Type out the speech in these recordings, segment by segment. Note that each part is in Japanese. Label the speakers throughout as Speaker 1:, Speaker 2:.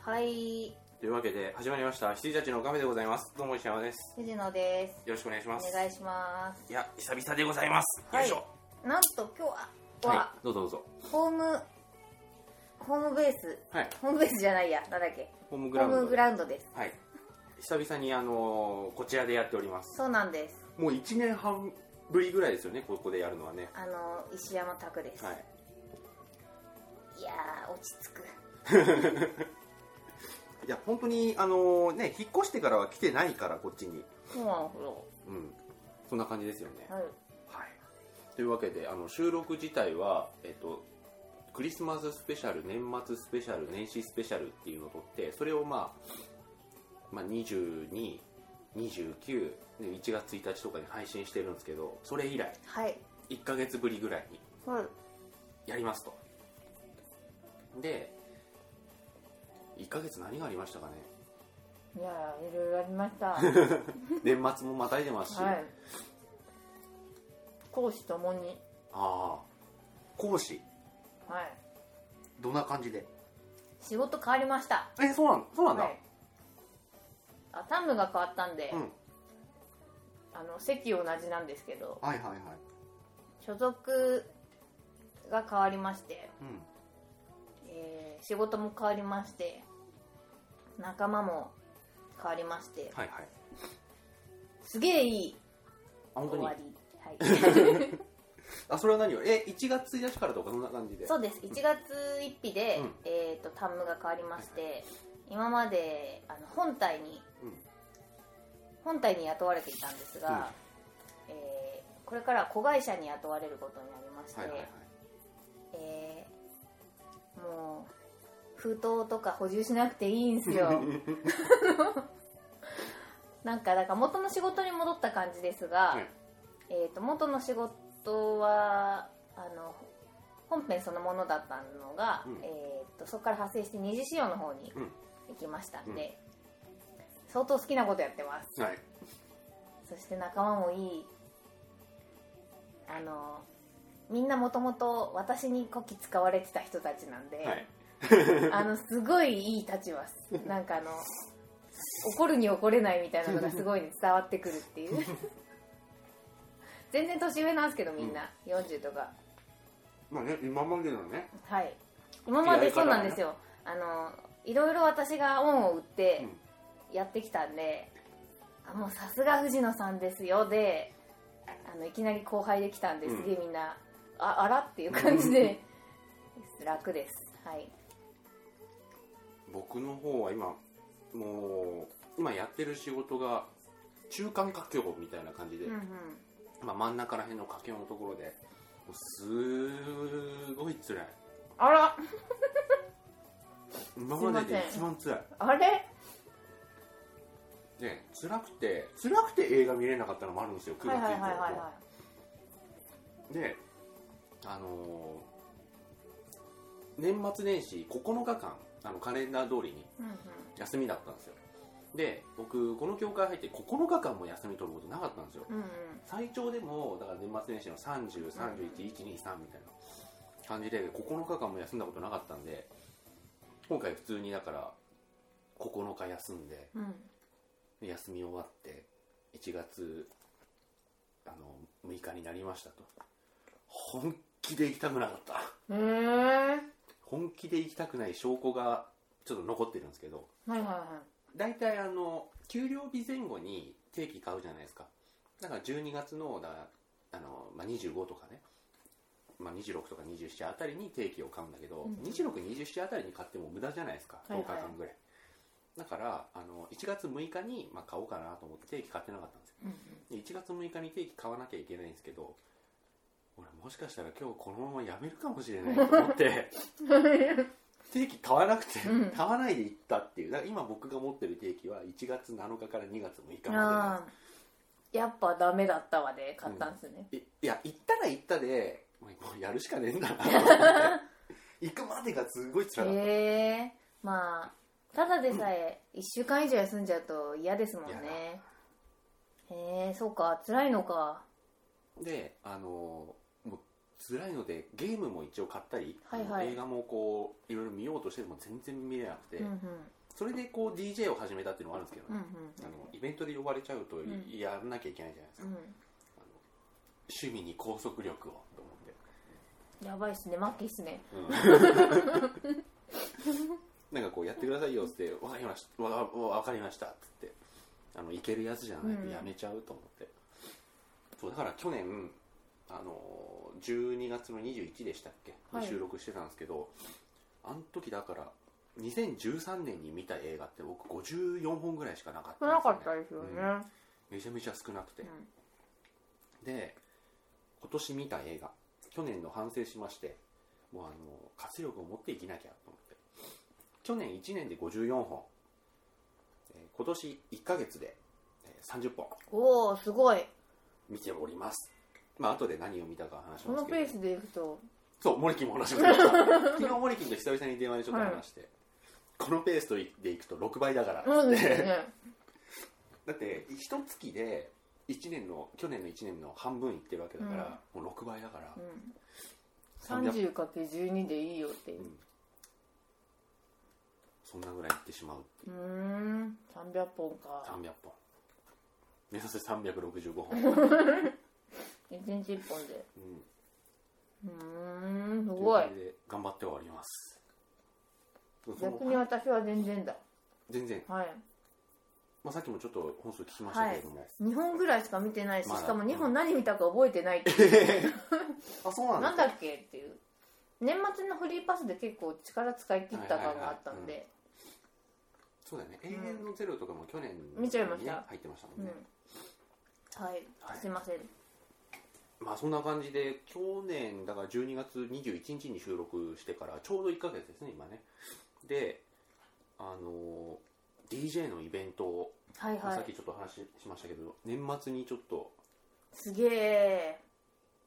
Speaker 1: はい、
Speaker 2: というわけで始まりました「七時たちのおかめ」でございますどうも石山です
Speaker 1: 藤野です。
Speaker 2: よろしくお願いし
Speaker 1: お
Speaker 2: ます
Speaker 1: 願いしま
Speaker 2: い
Speaker 1: す。
Speaker 2: や久々でございます、
Speaker 1: はい
Speaker 2: よ
Speaker 1: なんと
Speaker 2: いし
Speaker 1: 今日
Speaker 2: ょ
Speaker 1: は、
Speaker 2: は
Speaker 1: はい
Speaker 2: どうぞどうぞ
Speaker 1: い、ホーム、ホームベース、
Speaker 2: はい
Speaker 1: ホームベースじゃないや、なんだっけ、
Speaker 2: ホームグ
Speaker 1: ホ
Speaker 2: ラウ
Speaker 1: ー
Speaker 2: ンド
Speaker 1: ム
Speaker 2: で
Speaker 1: グラウンドです。
Speaker 2: はい久々にあのーこちらでやっております
Speaker 1: そうなんです。
Speaker 2: もう1年半ぶりぐらいですよねここでやるのはね
Speaker 1: あの、石山拓です。、
Speaker 2: はいい
Speaker 1: やー、落ち着く。
Speaker 2: いや本当にあのーね引っ越してからは来てないからこっちに
Speaker 1: そうなのよ。
Speaker 2: うんそんな感じですよね
Speaker 1: はい。
Speaker 2: はい、というわけであの収録自体は、えっと、クリスマススペシャル年末スペシャル年始スペシャルっていうのを撮ってそれを、まあ、まあ2229で1月1日とかに配信してるんですけどそれ以来
Speaker 1: はい。
Speaker 2: 1ヶ月ぶりぐらいに
Speaker 1: はい。
Speaker 2: やりますとで1ヶ月何がありま したかね
Speaker 1: いやー、いろいろありま した。は
Speaker 2: 年末もまたいでますし、
Speaker 1: い。講師ともに、
Speaker 2: ああ講師
Speaker 1: はい。
Speaker 2: どんな感じで
Speaker 1: 仕事変わりました。
Speaker 2: えそうなんそうなんだ、
Speaker 1: はい。あ、タムが変わったんで、
Speaker 2: うん
Speaker 1: あの席同じなんですけど
Speaker 2: はいはいはい
Speaker 1: 所属が変わりまして、
Speaker 2: うん
Speaker 1: えー仕事も変わりまして仲間も変わりまして
Speaker 2: はいはい。
Speaker 1: すげえいい
Speaker 2: あ、本当
Speaker 1: 終
Speaker 2: に
Speaker 1: わ。り、 はい、
Speaker 2: あ、それは何をえ、1月1日からとかそんな感じで。
Speaker 1: そうです1月1日で、
Speaker 2: うん
Speaker 1: えー、とタムが変わりまして、今まであの本体に
Speaker 2: うん
Speaker 1: 本体に雇われていたんですが、えーこれからは子会社に雇われることになりまして、
Speaker 2: はいはいはい。
Speaker 1: えーもう封筒とか補充しなくていいんすよ なんかだから元の仕事に戻った感じですが、
Speaker 2: はい
Speaker 1: えー、と元の仕事はあの本編そのものだったのが、
Speaker 2: うん
Speaker 1: えー、とそこから派生して二次仕様の方に
Speaker 2: うん
Speaker 1: 行きましたんで、相当好きなことやってます
Speaker 2: はい。
Speaker 1: そして仲間もいいあのみんなもともと私にこき使われてた人たちなんで、
Speaker 2: はい。
Speaker 1: あのすごいいい立場 っすなんかあの怒るに怒れないみたいなのがすごい伝わってくるっていう 全然年上なんですけどみんな、40とか
Speaker 2: まあね、今までのね。
Speaker 1: はい今まで
Speaker 2: やり方は
Speaker 1: そう
Speaker 2: ね
Speaker 1: なんですよあのいろいろ私が恩を売って
Speaker 2: うん
Speaker 1: やってきたんで、あもうさすが藤野さんですよであのいきなり後輩できたんで
Speaker 2: うん
Speaker 1: すげえみんな、ああらっていう感 じで楽ですはい
Speaker 2: 僕の方は今、もう、今やってる仕事が、中間佳境みたいな感じで、
Speaker 1: うんうん
Speaker 2: まあ真ん中ら辺の佳境のところで、もうすごい辛い。
Speaker 1: あら
Speaker 2: 今までで一
Speaker 1: すい
Speaker 2: 番辛い。
Speaker 1: あれ
Speaker 2: で、辛くて、辛くて映画見れなかったのもあるんですよ、9
Speaker 1: はい
Speaker 2: 月
Speaker 1: はいはいはい
Speaker 2: 以降
Speaker 1: は
Speaker 2: であのー年末年始9日間あのカレンダー通りに
Speaker 1: い、うんうん、
Speaker 2: 休みだったんですよで僕この協会入って9日間も休み取ることなかったんですよ
Speaker 1: うんうん
Speaker 2: 最長でもだから年末年始の3031123みたいな感じで9日間も休んだことなかったんで今回普通にだから9日休んで
Speaker 1: うん
Speaker 2: 休み終わって1月あの6日になりましたと本気で行きたくなかった
Speaker 1: へえ
Speaker 2: 本気で行きたくない証拠がちょっと残ってるんですけど
Speaker 1: はいはいは
Speaker 2: 大体あの給料日前後に定期買うじゃないですかだから12月のだからあの、まあ、25とかね、まあ、26とか27あたりに定期を買うんだけど、
Speaker 1: うん
Speaker 2: 2627あたりに買っても無駄じゃないですか
Speaker 1: はい
Speaker 2: 10
Speaker 1: はい
Speaker 2: 日間ぐらい、だからあの1月6日に、まあ、買おうかなと思って定期買ってなかったんですよ
Speaker 1: い、うん
Speaker 2: で1月6日に定期買わなきゃいけないんですけど俺もしかしたら今日このままやめるかもしれないと思って 定期買わなくて、
Speaker 1: うん
Speaker 2: 買わないで行ったっていうだから今僕が持ってる定期は1月7日から2月6日
Speaker 1: うん、
Speaker 2: ま
Speaker 1: あーやっぱダメだったわで買ったんですね、
Speaker 2: でなんですいいや行ったら行ったでもうもうやるしかねえんだなと 思って行くまでがすごい辛かった、
Speaker 1: へえまあただでさえ1週間以上休んじゃうと嫌ですもんねへえそうか辛いのか
Speaker 2: であのーもう辛いのでゲームも一応買ったり、
Speaker 1: はいはい
Speaker 2: 映画もこういろいろ見ようとしても全然見れなくて、
Speaker 1: うんうん
Speaker 2: それでこう DJ を始めたっていうのもあるんですけど
Speaker 1: うん
Speaker 2: ね、あのイベントで呼ばれちゃうと
Speaker 1: ん
Speaker 2: やらなきゃいけないじゃないです
Speaker 1: う
Speaker 2: か、
Speaker 1: ん
Speaker 2: あの趣味に拘束力をと思って
Speaker 1: うんやばいっすねマッキーっすね
Speaker 2: なんかこうやってくださいよっつって「わかりましたわわわかりました」っつってあのいけるやつじゃないとやめちゃうと思って、そうだから去年あの12月の21でしたっけ、
Speaker 1: はい
Speaker 2: 収録してたんですけどあの時だから2013年に見た映画って僕54本ぐらいしかなかったん
Speaker 1: 少なかったですよね、
Speaker 2: うんめちゃめちゃ少なくて、
Speaker 1: うん
Speaker 2: で今年見た映画去年の反省しましてもうあの活力を持っていきなきゃと思って去年1年で54本、えー今年1ヶ月でえー30本
Speaker 1: おおすごい
Speaker 2: 見ておりますまあ後で何を見たか話し
Speaker 1: こ
Speaker 2: ま
Speaker 1: の
Speaker 2: すけ
Speaker 1: ペ
Speaker 2: ど
Speaker 1: ースでいくと
Speaker 2: そうモリキンも話しました 昨日モリキンと久々に電話でちょっと話して、このペースでいくと6倍だから
Speaker 1: うんですよね
Speaker 2: だって一月で1年の去年の1年の半分いってるわけだから、もう6倍だから、
Speaker 1: うん
Speaker 2: 300
Speaker 1: 30×12 でいいよっていう
Speaker 2: そんなぐらいいってしまう
Speaker 1: うーん300本か
Speaker 2: 300本目指せ365本、
Speaker 1: 1日1本で
Speaker 2: うん、
Speaker 1: うーんす
Speaker 2: す
Speaker 1: ごい
Speaker 2: で頑張ってはおりますその
Speaker 1: 逆に私は全然だ
Speaker 2: 全然、
Speaker 1: はい
Speaker 2: まあ、さっきもちょっと本数聞きましたけれども、
Speaker 1: 2本ぐらいしか見てないし
Speaker 2: まだ
Speaker 1: しかも2本何見たか覚えてないっていう
Speaker 2: あそうなんだ
Speaker 1: なんだっけっていう年末のフリーパスで結構力使い切った感があったんで
Speaker 2: そうだよね永遠のゼロとかも去年に、
Speaker 1: 見ちゃいました
Speaker 2: 入ってましたも
Speaker 1: うんん
Speaker 2: ね、
Speaker 1: はい
Speaker 2: はい
Speaker 1: すいません
Speaker 2: まあそんな感じで去年だから12月21日に収録してからちょうど1ヶ月ですね今ねであの DJ のイベントを
Speaker 1: はいは
Speaker 2: さっ
Speaker 1: い
Speaker 2: きちょっと話しましたけど年末にちょっと
Speaker 1: すげえ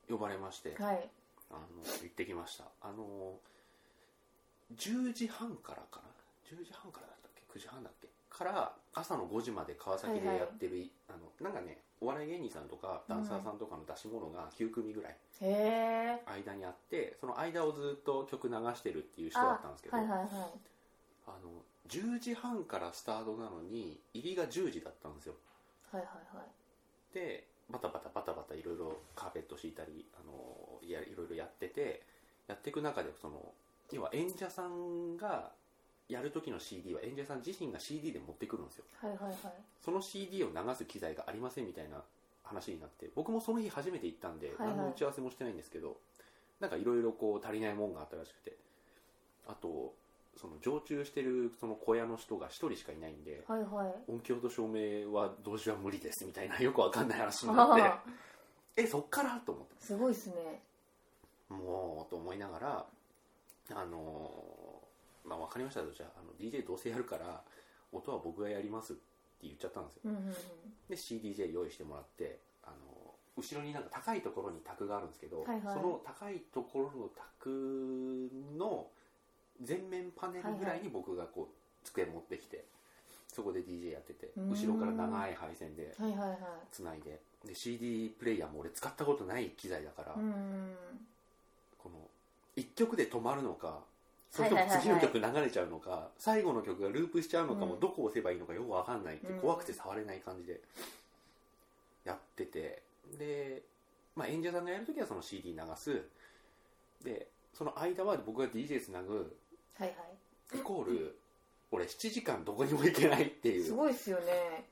Speaker 2: 呼ばれまして
Speaker 1: はい
Speaker 2: あの行ってきましたあの10時半からかな10時半からだったっけ9時半だっけから朝の5時まで川崎で
Speaker 1: はいはい
Speaker 2: やってる、あのなんかねお笑い芸人さんとかダンサーさんとかの出し物が9組ぐらい
Speaker 1: へえ
Speaker 2: 間にあってその間をずっと曲流してるっていう人だったんですけど
Speaker 1: はいはいはい
Speaker 2: あの10時半からスタートなのに入りが10時だったんですよ
Speaker 1: はいはいはい
Speaker 2: でバタバタバタバタいろいろカーペット敷いたりあのいやいろいろやっててやっていく中でその要は演者さんがやる時の CD は演者さん自身が CD で持ってくるんですよ
Speaker 1: はいはいはい
Speaker 2: その CD を流す機材がありませんみたいな話になって僕もその日初めて行ったんで、
Speaker 1: はいはい
Speaker 2: 何の打ち合わせもしてないんですけどなんかいろいろこう足りないもんがあったらしくてあとその常駐してるその小屋の人が1人しかいないんで
Speaker 1: はいはい
Speaker 2: 音響と照明は同時は無理ですみたいなよくわかんない話になって
Speaker 1: ああ
Speaker 2: えそっからと思って
Speaker 1: すごいっすね
Speaker 2: もうと思いながらあのーまあ分かりましたとじゃああの DJ どうせやるから音は僕がやりますって言っちゃったんですよ
Speaker 1: うんうんうん
Speaker 2: で CDJ 用意してもらってあのー後ろになんか高いところに卓があるんですけど、
Speaker 1: はいはい
Speaker 2: その高いところの卓の全面パネルぐらいに僕がこう机持ってきて、そこで DJ やってて
Speaker 1: うーん
Speaker 2: 後ろから長い配線で
Speaker 1: はいはいはい
Speaker 2: つないでで CD プレイヤーも俺使ったことない機材だから、
Speaker 1: うんうん
Speaker 2: この1曲で止まるのかそれとも次の曲流れちゃうのか、最後の曲がループしちゃうのかも、
Speaker 1: うん
Speaker 2: どこ押せばいいのかよくわかんないって
Speaker 1: うん
Speaker 2: 怖くて触れない感じでやっててで、まあ、演者さんがやるときはその CD 流すでその間は僕が DJ つなぐ
Speaker 1: はいは
Speaker 2: イコール俺7時間どこにも行けないって
Speaker 1: い
Speaker 2: い
Speaker 1: す
Speaker 2: うっ
Speaker 1: ごいっすよね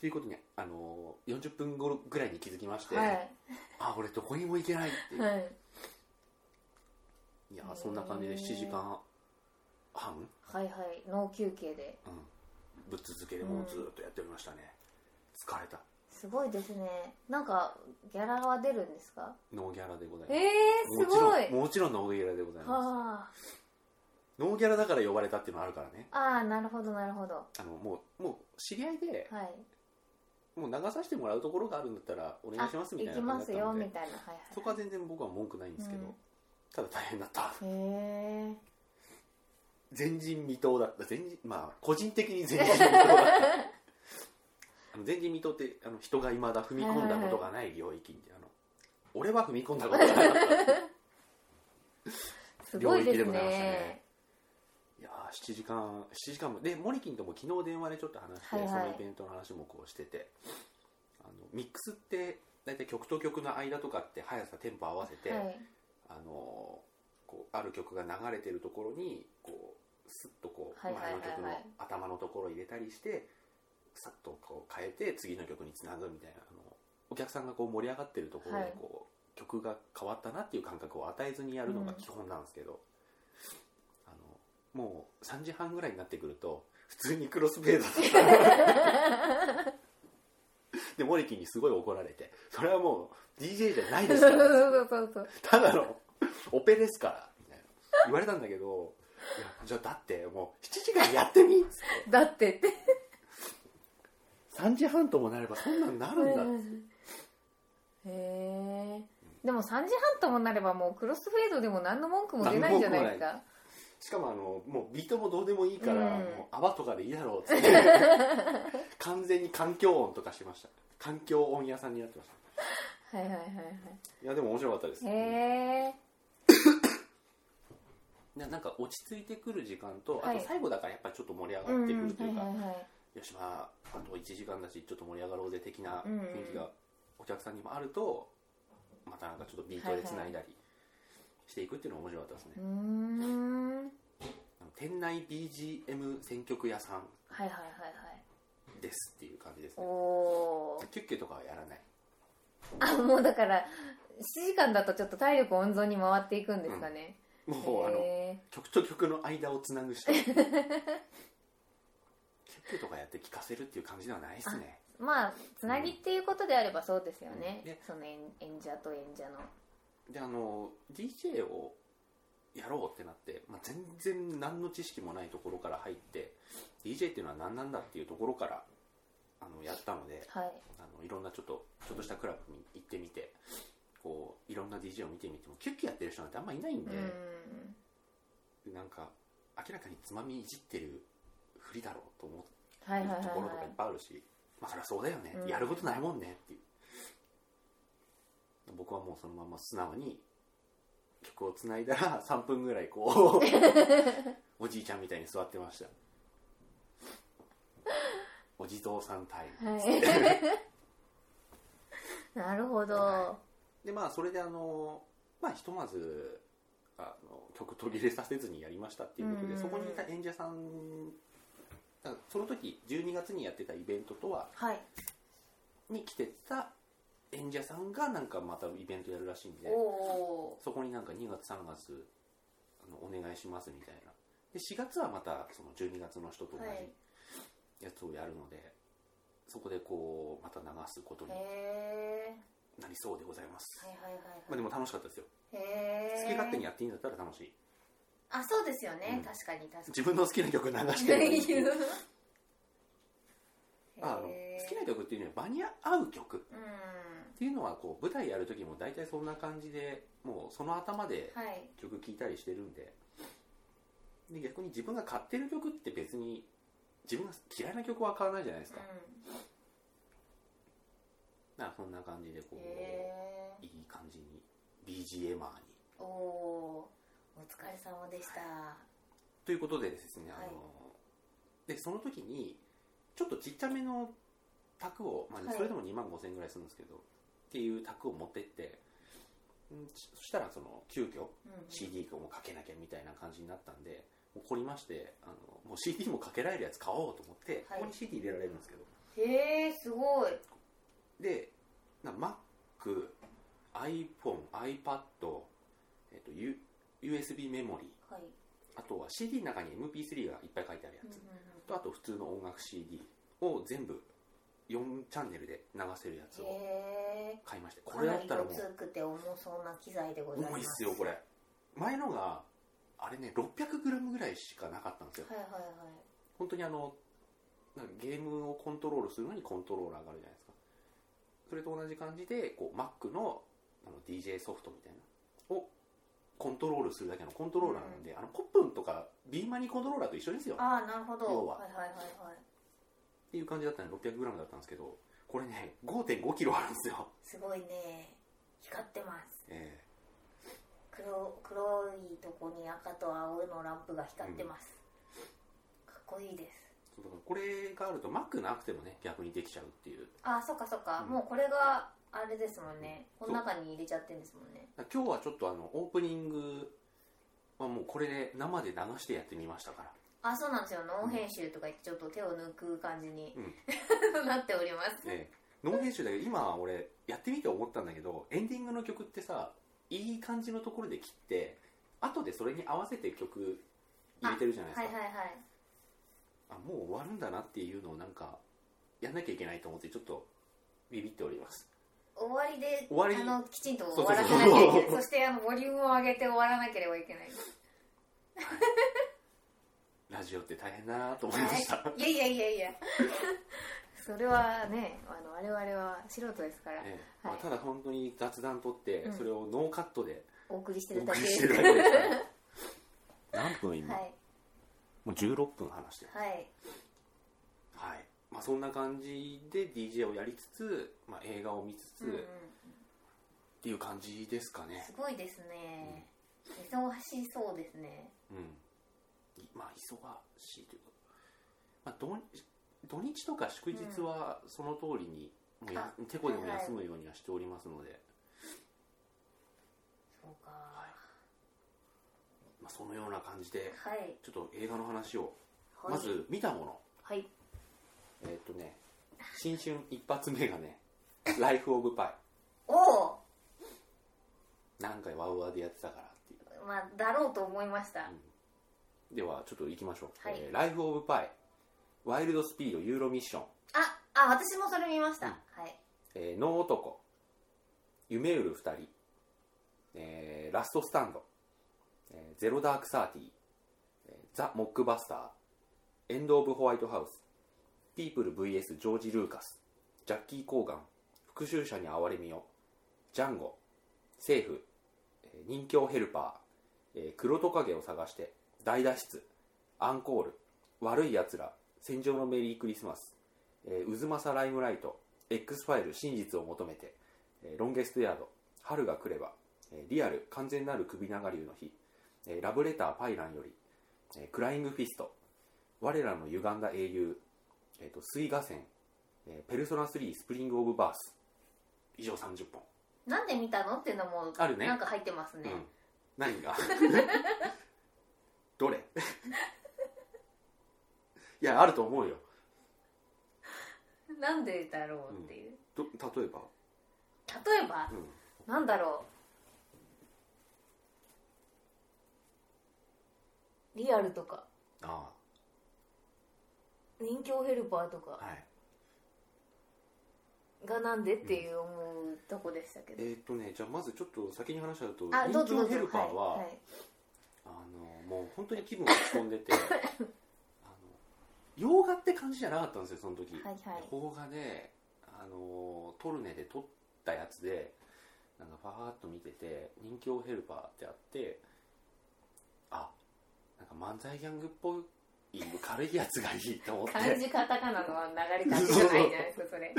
Speaker 2: ていうことにあの40分後ぐらいに気づきまして、
Speaker 1: はい
Speaker 2: あ俺どこにも行けないっていう、
Speaker 1: はい
Speaker 2: い、やそんな感じで7時間半、
Speaker 1: はいはい脳休憩で
Speaker 2: うん、ぶっ続けでもうずーっとやっておりましたね、疲れた
Speaker 1: すごいですねなんかギャラは出るんですか
Speaker 2: ノーギャラでございます
Speaker 1: えー、す
Speaker 2: もちろ
Speaker 1: ご
Speaker 2: ん
Speaker 1: い
Speaker 2: もちろんノーギャラでございます
Speaker 1: は
Speaker 2: ノーギャラだから呼ばれたっていうのはあるからね
Speaker 1: あああなるほどなるほど
Speaker 2: あのもうもう知り合いで
Speaker 1: はい
Speaker 2: もう流させてもらうところがあるんだったらお願いしますみたい
Speaker 1: あ行き
Speaker 2: な
Speaker 1: ま
Speaker 2: 感じ
Speaker 1: す
Speaker 2: だった
Speaker 1: よ
Speaker 2: の
Speaker 1: み
Speaker 2: で
Speaker 1: たいなはい
Speaker 2: そこは全然僕は文句ないんですけど、
Speaker 1: うん
Speaker 2: ただ大変だった
Speaker 1: はいへえ
Speaker 2: 前人未到だった前人まあ個人的に前人未 到だったあの前人未到ってあの人がいまだ踏み込んだことがない領域ってあの俺は踏み込んだことがなかった
Speaker 1: すごいで
Speaker 2: 領
Speaker 1: す
Speaker 2: 域でございました
Speaker 1: ね
Speaker 2: ねいやー7時間7時間もでモリキンとも昨日電話でちょっと話して、
Speaker 1: はいはい
Speaker 2: そのイベントの話もこうしててあのミックスって大体曲と曲の間とかって速さテンポ合わせて、
Speaker 1: はい
Speaker 2: あのこうある曲が流れてるところにこうスッとこう
Speaker 1: はいはいはい
Speaker 2: 前
Speaker 1: は
Speaker 2: の
Speaker 1: い
Speaker 2: 曲の頭のところを入れたりしてさっとこう変えて次の曲につなぐみたいなあのお客さんがこう盛り上がってるところに
Speaker 1: はい
Speaker 2: こう曲が変わったなっていう感覚を与えずにやるのが
Speaker 1: うん
Speaker 2: 基本なんですけど、あのもう3時半ぐらいになってくると普通にクロスフェード でモリキンにすごい怒られてそれはもう DJ じゃないです
Speaker 1: そ
Speaker 2: か
Speaker 1: う
Speaker 2: ら
Speaker 1: そうそうそう
Speaker 2: ただのオペですからみたいな言われたんだけどいやじゃあだってもう7時間やってみっつって
Speaker 1: だってって
Speaker 2: 3時半ともなればそんなんなるんだって
Speaker 1: へえでも3時半ともなればもうクロスフェードでも何の文句も出ないじゃないですか
Speaker 2: しかもあのもうビートもどうでもいいから、
Speaker 1: うん
Speaker 2: もう泡とかでいいだろうっつって完全に環境音とかしてました環境音屋さんになってまし
Speaker 1: はいはいはい
Speaker 2: たいやでも面白かったです
Speaker 1: はいへえ
Speaker 2: ななんか落ち着いてくる時間と、
Speaker 1: はい
Speaker 2: あと最後だからやっぱちょっと盛り
Speaker 1: う
Speaker 2: 上が
Speaker 1: ん
Speaker 2: ってくると
Speaker 1: はい
Speaker 2: いうか、
Speaker 1: はいはい
Speaker 2: よしまああと1時間だしちょっと盛り上がろうぜ的な
Speaker 1: うん
Speaker 2: 雰囲気がお客さんにもあるとまたなんかちょっとビートでつないだりしていくっていうのが面白かったですね
Speaker 1: うー、ん
Speaker 2: あの店内 BGM 選曲屋さん
Speaker 1: はいはいはいはい
Speaker 2: ですっていう感じです
Speaker 1: お
Speaker 2: ね
Speaker 1: お
Speaker 2: キュッキュとかはやらない
Speaker 1: あもうだから7時間だとちょっと体力温存に回っていくんですかね、
Speaker 2: も
Speaker 1: へ
Speaker 2: うあの
Speaker 1: え
Speaker 2: 曲と曲の間をつなぐ しかキュッキュとかやって聴かせるっていう感じではないですね
Speaker 1: まあつなぎっていうことであればそうですよね、
Speaker 2: うんね
Speaker 1: その演演者と演者の
Speaker 2: であの DJ をやろうってなって、まあ、全然何の知識もないところから入って DJ っていうのは何なんだっていうところからあのやったので
Speaker 1: はい
Speaker 2: あのいろんなちょっとちょっとしたクラブに行ってみてこういろんな DJ を見てみてもキュッキュやってる人なんてあんまいないんで、
Speaker 1: うん
Speaker 2: なんか明らかにつまみいじってるふりだろうと思って
Speaker 1: はいはい
Speaker 2: る
Speaker 1: はい
Speaker 2: ところと
Speaker 1: は
Speaker 2: かいっ
Speaker 1: い
Speaker 2: ぱいあるし、まあそりゃそうだよね、
Speaker 1: うん
Speaker 2: やることないもんねっていう僕はもうそのまま素直に曲をつないだら3分 ぐらいこ うおじいちゃんみたいに座ってましたお地蔵さんタイム、
Speaker 1: はいなるほど、
Speaker 2: はでまあそれであのまあひとまずあの曲途切れさせずにやりましたっていうことで、
Speaker 1: うん
Speaker 2: そこにいた演者さんだからその時12月にやってたイベントとは
Speaker 1: はい
Speaker 2: に来てた演者さんがなんかまたイベントやるらしいんで
Speaker 1: おお
Speaker 2: そこになんか2月3月あのお願いしますみたいなで4月はまたその12月の人と同
Speaker 1: はい
Speaker 2: じやつをやるので、そこでこうまた流すことに
Speaker 1: へえ
Speaker 2: なりそうでございます、
Speaker 1: はいはい
Speaker 2: まあ、
Speaker 1: はい
Speaker 2: でも楽しかったですよ
Speaker 1: へえ
Speaker 2: 好き勝手にやっていいんだったら楽し い
Speaker 1: あそうですよね、
Speaker 2: うん
Speaker 1: 確かに確かに
Speaker 2: 自分の好きな曲流してるの
Speaker 1: って
Speaker 2: に
Speaker 1: いう
Speaker 2: あの好きな曲っていうのは場に合う曲っ
Speaker 1: うん
Speaker 2: ていうのはこう舞台やる時も大体そんな感じでもうその頭で
Speaker 1: はい
Speaker 2: 曲聴いたりしてるんでで逆に自分が買ってる曲って別に自分が嫌いな曲は買わないじゃないですか、
Speaker 1: うん
Speaker 2: だからそんな感じでこう
Speaker 1: へ
Speaker 2: いい感じに BGMR に
Speaker 1: ーおおーお疲れ様でした
Speaker 2: ということでですね、あの
Speaker 1: はい
Speaker 2: でその時にちょっとちっちゃめの卓を、まあ
Speaker 1: はい
Speaker 2: それでも2万5000円ぐらいするんですけど、っていう卓を持ってってんちそしたらその急遽
Speaker 1: うん
Speaker 2: CD をもうかけなきゃみたいな感じになったんでもう凝りましてあのもう CD もかけられるやつ買おうと思って、
Speaker 1: はい
Speaker 2: ここに CD 入れられるんですけど
Speaker 1: へえすごい
Speaker 2: でな MaciPhoneiPad、えっと、U- USB メモリー
Speaker 1: はい
Speaker 2: あとは CD の中に MP3 がいっぱい書いてあるや
Speaker 1: うんう
Speaker 2: つ、
Speaker 1: ん
Speaker 2: とあと普通の音楽 CD を全部4チャンネルで流せるやつ
Speaker 1: うん
Speaker 2: を
Speaker 1: へえ
Speaker 2: 買いましてこ
Speaker 1: か
Speaker 2: れだ
Speaker 1: な
Speaker 2: っ
Speaker 1: り
Speaker 2: たら
Speaker 1: ご
Speaker 2: もう
Speaker 1: つくて重そうな機材でございます
Speaker 2: 重いっすよこれ前のがあれね 600g ぐらいしかなかったんですよ
Speaker 1: はいはいはい
Speaker 2: 本当にあのなんかゲームをコントロールするのにコントローラーがあるじゃないですかそれと同じ感じでこう Mac のあの DJ ソフトみたいなをコントロールするだけのコントローラーなんで、あのコップンとかビーマニコントローラーと一緒ですよっ
Speaker 1: ああなるほど
Speaker 2: 要は
Speaker 1: はいはいはいはい
Speaker 2: ていう感じだったんで 600g だったんですけどこれね 5.5kg あるんですよ、
Speaker 1: すごいね光ってます
Speaker 2: え
Speaker 1: 黒黒いとこに赤と青のランプが光ってます、
Speaker 2: え
Speaker 1: こいいです
Speaker 2: そうだからこれがあると Mac なくてもね逆にできちゃうっていう
Speaker 1: あそっかそっか、
Speaker 2: うん
Speaker 1: もうこれがあれですもんね
Speaker 2: そ
Speaker 1: こ
Speaker 2: う
Speaker 1: の中に入れちゃってんですもんね
Speaker 2: だから今日はちょっとあのオープニングはもうこれで生で流してやってみましたから
Speaker 1: あそうなんですよノン編集とか言ってちょっと手を抜く感じに
Speaker 2: う、ん
Speaker 1: なっております、
Speaker 2: ええノン編集だけど今俺やってみて思ったんだけどエンディングの曲ってさいい感じのところで切って後でそれに合わせて曲入れてるじゃないです
Speaker 1: は
Speaker 2: か
Speaker 1: いはいはい
Speaker 2: あもう終わるんだなっていうのをなんかやんなきゃいけないと思ってちょっとビビっております
Speaker 1: 終わりで
Speaker 2: 終わり
Speaker 1: あのきちんと
Speaker 2: そ
Speaker 1: 終
Speaker 2: う
Speaker 1: わ
Speaker 2: そう
Speaker 1: ら
Speaker 2: そう
Speaker 1: せなきゃいけないそしてあのボリュームを上げて終わらなければいけない
Speaker 2: ラジオって大変だなと思いました、
Speaker 1: いやいやいやいやそれはねあの我々は素人ですから
Speaker 2: ええま
Speaker 1: はい
Speaker 2: あ、ただ本当に雑談とって、
Speaker 1: うん
Speaker 2: それをノーカットで
Speaker 1: お送りして
Speaker 2: お
Speaker 1: るだ
Speaker 2: 送
Speaker 1: け
Speaker 2: り
Speaker 1: で
Speaker 2: し
Speaker 1: す
Speaker 2: てるだけですから 何分今、
Speaker 1: はい
Speaker 2: もう16分話してる
Speaker 1: はい
Speaker 2: はい、まあ、そんな感じで DJ をやりつつ、まあ、映画を見つつ、
Speaker 1: うんうん
Speaker 2: っていう感じですかね
Speaker 1: すごいですね、忙しそうですね
Speaker 2: うんいまあ忙しいというか、まあ、土土日とか祝日はその通りにもうや、てこでも休むようにはしておりますので、
Speaker 1: そうか
Speaker 2: まあ、そのような感じで
Speaker 1: はい、
Speaker 2: ちょっと映画の話を
Speaker 1: はい、
Speaker 2: まず見たもの
Speaker 1: はい
Speaker 2: えーっ、とね新春一発目がね「ライフ・オブ・パ
Speaker 1: おお
Speaker 2: イ」何回ワウワウでやってたからっていう
Speaker 1: まあだろうと思いました、
Speaker 2: ではちょっと行きましょう、
Speaker 1: はい
Speaker 2: えーライフ・オブ・パイ」「ワイルド・スピード・ユーロ・ミッション」
Speaker 1: ああ私もそれ見ました、
Speaker 2: うん
Speaker 1: はい
Speaker 2: えー「能男」「夢売る二人」えーラストスタンド」えーゼロダークサーティー」えーザ・モックバスター」「エンド・オブ・ホワイトハウス」「ピープル VS ジョージ・ルーカス」「ジャッキー・コーガン」「復讐者に哀れみを」「ジャンゴ」「セーフ」えー任侠ヘルパー」えー黒トカゲを探して」「大脱出」「アンコール」「悪いやつら」「戦場のメリークリスマス」えー「渦政ライムライト」「X ファイル真実を求めて」えーロンゲストヤード」「春が来れば」えーリアル完全なる首長竜の日」えーラブレターパイランより」えークライングフィスト」「我らの歪んだ英雄」えーと「水河川」えーペルソナ3スプリング・オブ・バース」以上30本
Speaker 1: なんで見たのっていうのも
Speaker 2: あるね
Speaker 1: なんか入ってますね、
Speaker 2: うん、何 がどれいやあると思うよ
Speaker 1: なんでだろうっていう、
Speaker 2: ど例えば、
Speaker 1: 例えば
Speaker 2: う、ん、
Speaker 1: なんだろうリアルとか
Speaker 2: あ
Speaker 1: 人侠ヘルパーとか
Speaker 2: あはい
Speaker 1: がなんでっていう思うとこでしたけど、
Speaker 2: えーっ、とねじゃあまずちょっと先に話しちゃうと
Speaker 1: あどうぞ
Speaker 2: 人
Speaker 1: どう
Speaker 2: 気
Speaker 1: ぞ
Speaker 2: ヘルパーは、
Speaker 1: いい
Speaker 2: あのもう本当に気分落ち込んでてあの洋画って感じじゃなかったんですよその時、
Speaker 1: はいはい
Speaker 2: 邦画であのトルネで撮ったやつでなんかパーッと見てて「人気ヘルパー」ってあってあなんか漫才ギャングっぽい軽いやつがいいと思っ
Speaker 1: 漢
Speaker 2: て
Speaker 1: 字カタカナの流れ方じゃないじゃないですかそれ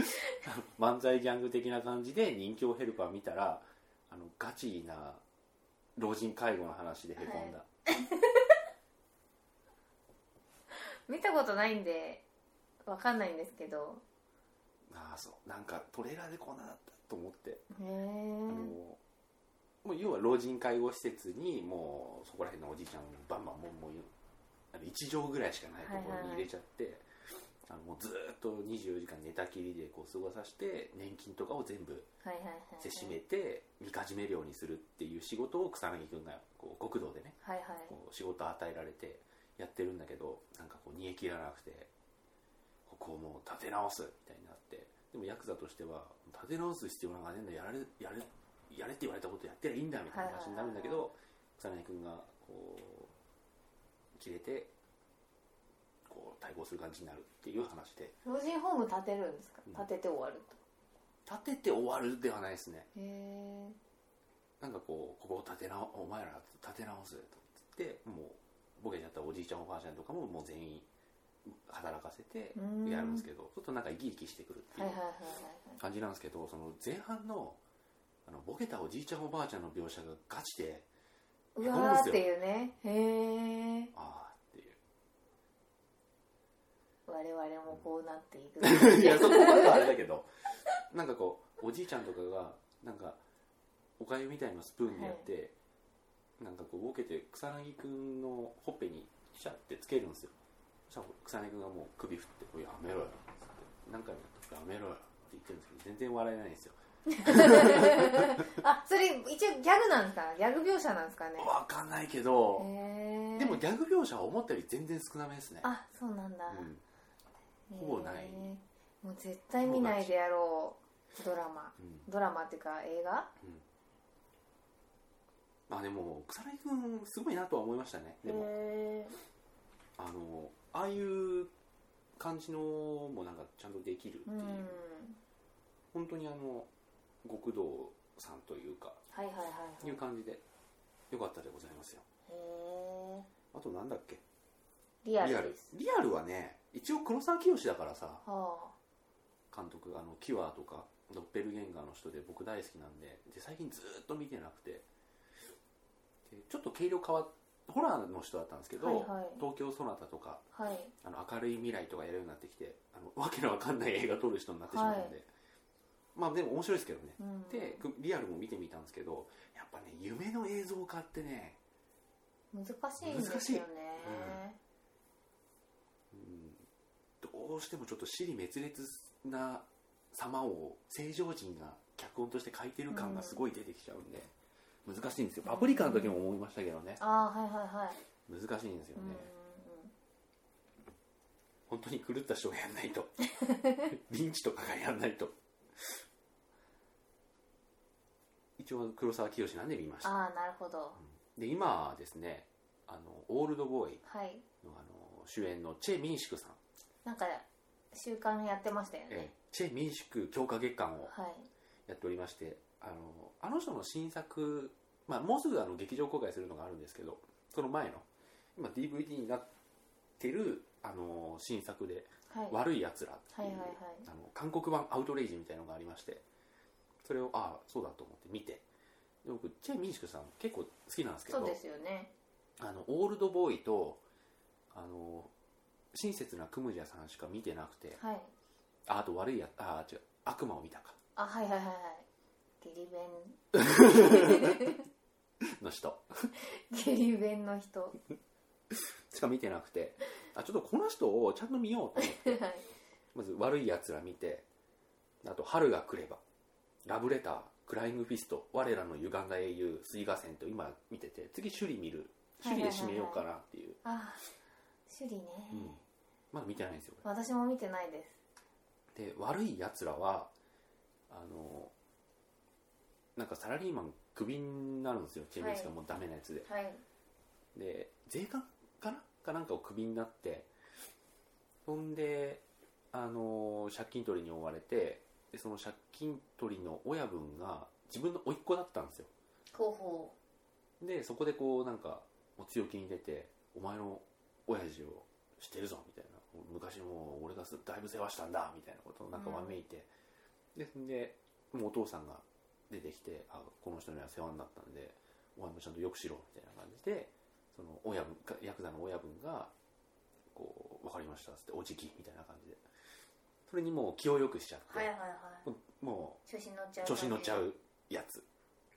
Speaker 2: 漫才ギャング的な感じで人気ヘルパー見たらあのガチな老人介護の話でへこんだ、
Speaker 1: 見たことないんでわかんないんですけど
Speaker 2: ああそうなんかトレーラーでこんなだったと思って
Speaker 1: へえ
Speaker 2: あのもう要は老人介護施設にもうそこら辺のおじいちゃんをバンバンもんもんあの1畳ぐらいしかないところに入れちゃって、あのもうずーっと24時間寝たきりでこう過ごさせて年金とかを全部
Speaker 1: はいはいはいはい
Speaker 2: せしめてみかじめ料にするっていう仕事を草薙君がこう国道でね
Speaker 1: はいはい
Speaker 2: こう仕事与えられてやってるんだけどなんかこう煮え切らなくてここをもう立て直すみたいになってでもヤクザとしては立て直す必要なんかねえんだやれやれやれって言われたことやってりゃいいんだみたいな話になるんだけど草薙君がこう切れてこう対抗する感じになるっていう話で
Speaker 1: 老人ホーム建てるんですか
Speaker 2: うん
Speaker 1: 建てて終わると
Speaker 2: 立てて終わるではないですね
Speaker 1: へえ
Speaker 2: なんかこうここを立て直お前ら立て直すと言ってもうボケちゃったおじいちゃんおばあちゃんとかももう全員働かせて
Speaker 1: うーん
Speaker 2: やるんですけどちょっとなんか生き生きしてくるってい
Speaker 1: はいうはいはいはいはい
Speaker 2: 感じなんですけどその前半のあのボケたおじいちゃんおばあちゃんの描写がガチで
Speaker 1: う
Speaker 2: や
Speaker 1: わーっていうねへえ
Speaker 2: ああっていう
Speaker 1: 我々もこうなっていく
Speaker 2: いやそこまではあれだけ どなんかこうおじいちゃんとかがなんかおかゆみたいなスプーンでやって、なんかこうボケて草薙くんのほっぺにシャってつけるんですよそしたら草薙くんがもう首振って「おいやめろよ」っつって何回もやって「やめろよ」って言ってるんですけど全然笑えないんですよ
Speaker 1: あそれ一応ギャグなんですかギャグ描写なんですかね
Speaker 2: わかんないけど
Speaker 1: へえ
Speaker 2: でもギャグ描写は思ったより全然少なめですね
Speaker 1: あそうなんだ、
Speaker 2: うんほぼない
Speaker 1: へえもう絶対見ないでやろうドラマ
Speaker 2: うん
Speaker 1: ドラマっていうか映画
Speaker 2: まあでも草薙くんすごいなとは思いましたねでも
Speaker 1: へえ
Speaker 2: あのああいう感じのもなんかちゃんとできるって
Speaker 1: う
Speaker 2: い
Speaker 1: ん
Speaker 2: う、本当にあの極道さんというか
Speaker 1: はいはいはいいうはい
Speaker 2: 感じでよかったでございますよ
Speaker 1: へえ
Speaker 2: あとなんだっけ
Speaker 1: リアルです
Speaker 2: リアルはね一応黒沢清だからさ
Speaker 1: は
Speaker 2: 監督あのキュアとかドッペルゲンガーの人で僕大好きなんでで最近ずーっと見てなくてでちょっと軽量変わっホラーの人だったんですけど、
Speaker 1: はいはい
Speaker 2: 東京ソナタとか
Speaker 1: あはい
Speaker 2: あの明るい未来とかやるようになってきてあのわけのわかんない映画撮る人になってしまうんで、まあでも面白いですけどね
Speaker 1: うん
Speaker 2: でくリアルも見てみたんですけどやっぱね夢の映像化ってね、
Speaker 1: 難しいんですよね
Speaker 2: うんどうしてもちょっと尻滅裂な様を正常人が脚本として書いてる感がすごい出てきちゃうんで、難しいんですよパプリカの時も思いましたけどね、
Speaker 1: ああはいはいはい
Speaker 2: 難しいんですよね
Speaker 1: うんうん、
Speaker 2: 本当に狂った人がやんない とリンチとかがやんないと一応黒沢清なんで見ました
Speaker 1: ああなるほど
Speaker 2: で今ですねあのオールドボーイ
Speaker 1: はい
Speaker 2: のあの主演のチェ・ミンシクさん、
Speaker 1: なんか習慣やってましたよ
Speaker 2: ええ
Speaker 1: ね
Speaker 2: チェ・ミンシク強化月間を
Speaker 1: はい
Speaker 2: やっておりましてあのあの人の新作、まあ、もうすぐあの劇場公開するのがあるんですけどその前の今 DVD になってるあの新作で
Speaker 1: はい
Speaker 2: 「悪いやつら」っていう、
Speaker 1: はいはいはい
Speaker 2: あの韓国版「アウトレイジ」みたいのがありましてそれをああそうだと思って見てで僕チェ・ミンシクさん結構好きなんですけど
Speaker 1: そうですよね
Speaker 2: あのオールドボーイとあの親切なクムジャさんしか見てなくて
Speaker 1: はい
Speaker 2: ああと悪いやあ違う悪魔を見たか
Speaker 1: あはいはいはいはいゲリ弁
Speaker 2: の人
Speaker 1: ゲリ弁 の人は
Speaker 2: しか見てなくてあちょっとこの人をちゃんと見ようと思って
Speaker 1: い
Speaker 2: まず悪いやつら見てあと春が来ればラブレタークライングフィスト我らの歪んだ英雄水河線と今見てて次首里見る首里で締めようかなっていう、
Speaker 1: あ趣里ね、
Speaker 2: うんまだ見てないんですよ
Speaker 1: 私も見てないです
Speaker 2: で悪いやつらはあのなんかサラリーマンクビになるんですよチェーンスがもうダメなやつで、
Speaker 1: はい
Speaker 2: で税関かなかなんかをクビになってそんであの借金取りに追われてでその借金取りの親分が自分の甥っ子だったんですよ
Speaker 1: 広報
Speaker 2: でそこでこうなんかお強気に出て「お前の親父をしてるぞ」みたいな「昔もう俺がすだいぶ世話したんだ」みたいなことをなんかわめいて、でそんでもうお父さんが出てきて「あこの人には世話になったんでお前もちゃんとよくしろ」みたいな感じでその親分かヤクザの親分が「こう分かりました」っつって「おじき」みたいな感じでそれにもう気をよくしちゃって、
Speaker 1: はいはいはい
Speaker 2: も
Speaker 1: 調子に乗っちゃ
Speaker 2: う
Speaker 1: う
Speaker 2: 調子に乗っちゃ
Speaker 1: う
Speaker 2: うやつ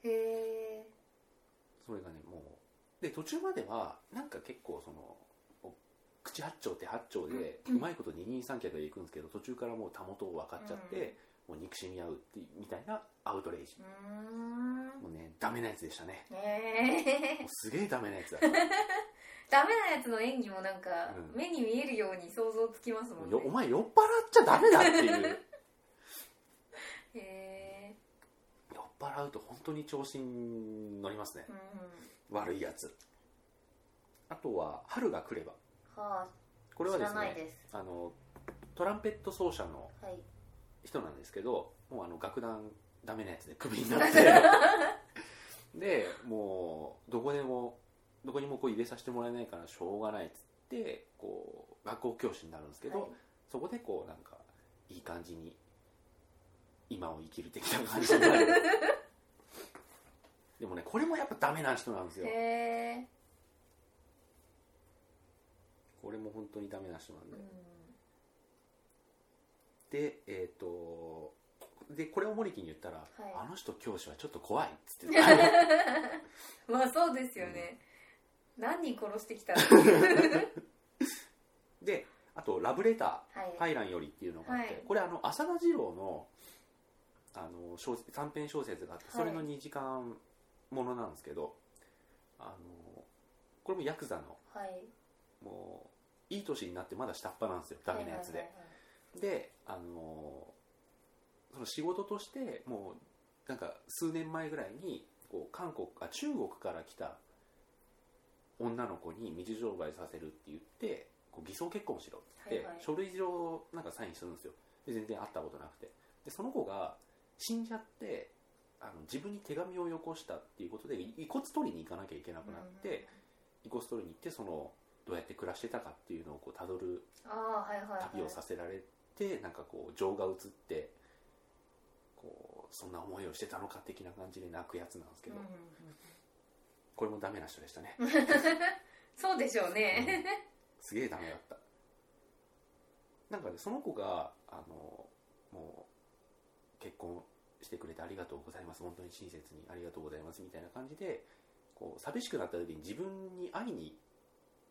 Speaker 1: へえ
Speaker 2: それがねもうで途中まではなんか結構そのお口八丁手八丁でうまいこと二人三脚でいくんですけど途中からもうたもとを分かっちゃって、もう憎しみ合うってみたいなアウトレイジ
Speaker 1: う、ー
Speaker 2: もうねダメなやつでしたね
Speaker 1: んえ
Speaker 2: も
Speaker 1: え
Speaker 2: うすげえダメなやつだった
Speaker 1: ダメなやつの演技もなんか、
Speaker 2: うん
Speaker 1: 目に見えるように想像つきますも
Speaker 2: も
Speaker 1: ん
Speaker 2: う
Speaker 1: ね
Speaker 2: よお前酔っ払っちゃダメだっていう
Speaker 1: へえ
Speaker 2: 酔っ払うと本当に調子に乗りますね
Speaker 1: うん、
Speaker 2: 悪いやつあとは「春が来れば
Speaker 1: はあ」
Speaker 2: これはで
Speaker 1: 知
Speaker 2: す
Speaker 1: らない
Speaker 2: ね
Speaker 1: です
Speaker 2: あのトランペット奏者の
Speaker 1: はい
Speaker 2: 人なんですけどもうあの楽団ダメなやつでクビになって でもうどこでもどこにもこう入れさせてもらえないからしょうがないっつってこう学校教師になるんですけど、
Speaker 1: はい
Speaker 2: そこでこうなんかいい感じに今を生きる的な感じになる でもねこれもやっぱダメな人なんですよ
Speaker 1: へえ
Speaker 2: これも本当にダメな人なん
Speaker 1: う
Speaker 2: で、
Speaker 1: ん
Speaker 2: でえっ、とでこれを森木に言ったら、
Speaker 1: い
Speaker 2: あの人教師はちょっと怖いっつって あの
Speaker 1: まあそうですよね、何人殺してきたの
Speaker 2: であと「ラブレタ
Speaker 1: はい
Speaker 2: ーハイランより」っていうのがあって、
Speaker 1: はい
Speaker 2: これあの浅田次郎のあの小説短編小説があって
Speaker 1: はい
Speaker 2: それの2時間ものなんですけど、あのこれもヤクザの
Speaker 1: はい
Speaker 2: もういい年になってまだ下っ端なんですよダメなやつで、
Speaker 1: はいはいはい
Speaker 2: であのその仕事としてもうなんか数年前ぐらいにこう韓国あ中国から来た女の子に道商売させるって言ってこう偽装結婚しろって言って、
Speaker 1: はいはい
Speaker 2: 書類上なんかサインするんですよで全然会ったことなくてでその子が死んじゃってあの自分に手紙をよこしたっていうことでい遺骨取りに行かなきゃいけなくなって、遺骨取りに行ってそのどうやって暮らしてたかっていうのをこうたどる
Speaker 1: うんああはいはい、はい、
Speaker 2: 旅をさせられてなんかこう情が移ってこうそんな思いをしてたのか的な感じで泣くやつなんですけ
Speaker 1: うん
Speaker 2: ど、
Speaker 1: うんうん
Speaker 2: これもダメな人でしたね、
Speaker 1: そうでしょう
Speaker 2: う
Speaker 1: ね、
Speaker 2: んすげえダメだったなんかねその子があのもう結婚してくれてありがとうございます本当に親切にありがとうございますみたいな感じでこう寂しくなった時に自分に会いに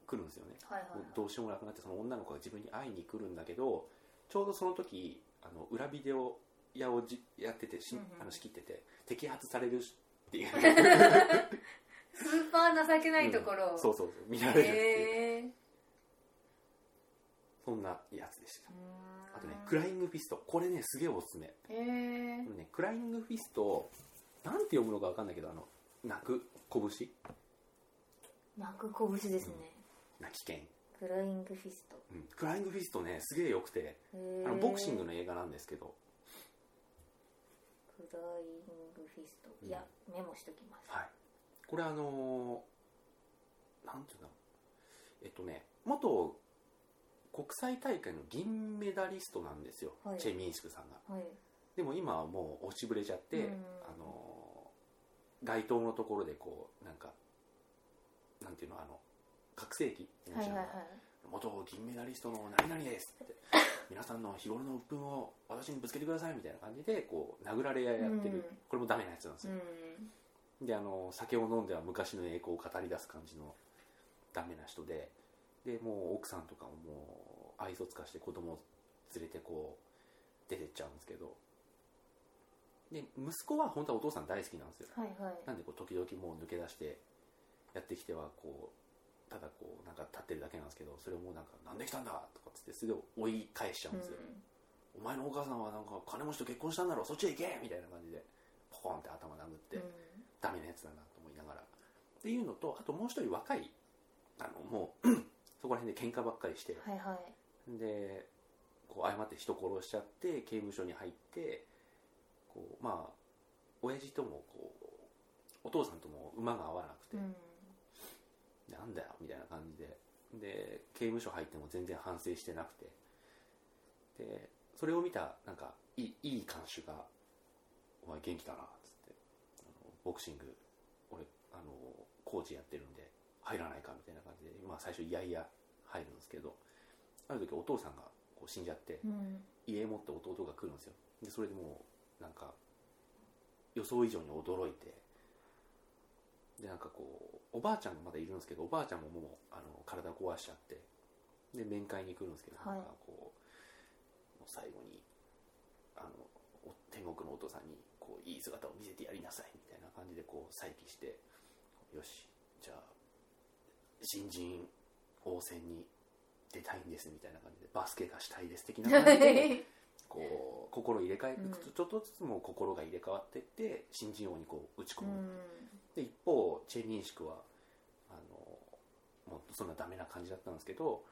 Speaker 2: 来るんですよね
Speaker 1: はいはいはい
Speaker 2: どうしようもなくなってその女の子が自分に会いに来るんだけどちょうどその時あの裏ビデオ屋をじやっててし、
Speaker 1: うんうん
Speaker 2: あの仕切ってて摘発されるしっていう
Speaker 1: スーパー情けないところを、
Speaker 2: そうそうそう見られるっていう、
Speaker 1: へえ
Speaker 2: そんなやつでした
Speaker 1: うん
Speaker 2: あとねクライングフィストこれねすげえおすすめ
Speaker 1: へえ
Speaker 2: これねクライングフィストなんて読むのか分かんないけどあの泣く拳
Speaker 1: 泣く拳ですね、
Speaker 2: 泣き剣、
Speaker 1: クライングフィスト
Speaker 2: うん、クライングフィストねすげえよくてあのボクシングの映画なんですけど、
Speaker 1: クライングフィストいや、メモしときます
Speaker 2: はい、これあのーなんていうんだろうえっとね元国際大会の銀メダリストなんですよ、
Speaker 1: はい
Speaker 2: チェ・ミンシクさんが
Speaker 1: はい
Speaker 2: でも今はもう落ちぶれちゃって、
Speaker 1: うん
Speaker 2: あのー街頭のところでこうなんかなんていうのあの拡声器
Speaker 1: はいはいはい
Speaker 2: 元銀メダリストの何々です って皆さんの日頃の鬱憤を私にぶつけてくださいみたいな感じでこう殴られ合いやってる、
Speaker 1: うん
Speaker 2: これもダメなやつなんですよ
Speaker 1: うん
Speaker 2: であの酒を飲んでは昔の栄光を語り出す感じのダメな人ででもう奥さんとかももう愛想つかして子供を連れてこう出てっちゃうんですけどで息子は本当はお父さん大好きなんですよ
Speaker 1: はいはい
Speaker 2: なんでこう時々もう抜け出してやってきてはこうただこうなんか立ってるだけなんですけどそれをもうなんか「なんで来たんだ!」とかっつってすぐ追い返しちゃうんですよ、お前のお母さんはなんか金持ちと結婚したんだろそっちへ行け!」みたいな感じでポコンって頭殴って、
Speaker 1: うん
Speaker 2: ダメなやつだなと思いながらっていうのとあともう一人若いあのもう そこら辺で喧嘩ばっかりして
Speaker 1: はいはい
Speaker 2: でこう誤って人殺しちゃって刑務所に入ってこうまあ親父ともこうお父さんとも馬が合わなくて、
Speaker 1: うん
Speaker 2: なんだよみたいな感じでで刑務所入っても全然反省してなくてでそれを見たなんかいいいい看守が「お前元気だな」っつってあの「ボクシング俺あのコーチやってるんで入らないか」みたいな感じで、まあ、最初いやいや入るんですけどある時お父さんがこう死んじゃって
Speaker 1: うん
Speaker 2: 家持って弟が来るんですよでそれでもうなんか予想以上に驚いてでなんかこうおばあちゃんがまだいるんですけどおばあちゃんももうあの体壊しちゃってで面会に来るんですけど、
Speaker 1: はい
Speaker 2: なんかこうもう最後にあのお天国のお父さんにこういい姿を見せてやりなさいみたいな感じでこう再起してよしじゃあ新人王戦に出たいんですみたいな感じでバスケがしたいです的な感じで こう心入れ替え、
Speaker 1: うん
Speaker 2: ちょっとずつもう心が入れ替わっていって新人王にこう打ち込
Speaker 1: う
Speaker 2: む、
Speaker 1: ん
Speaker 2: で一方チェ・ミンシクはあのもうそんなダメな感じだったんですけど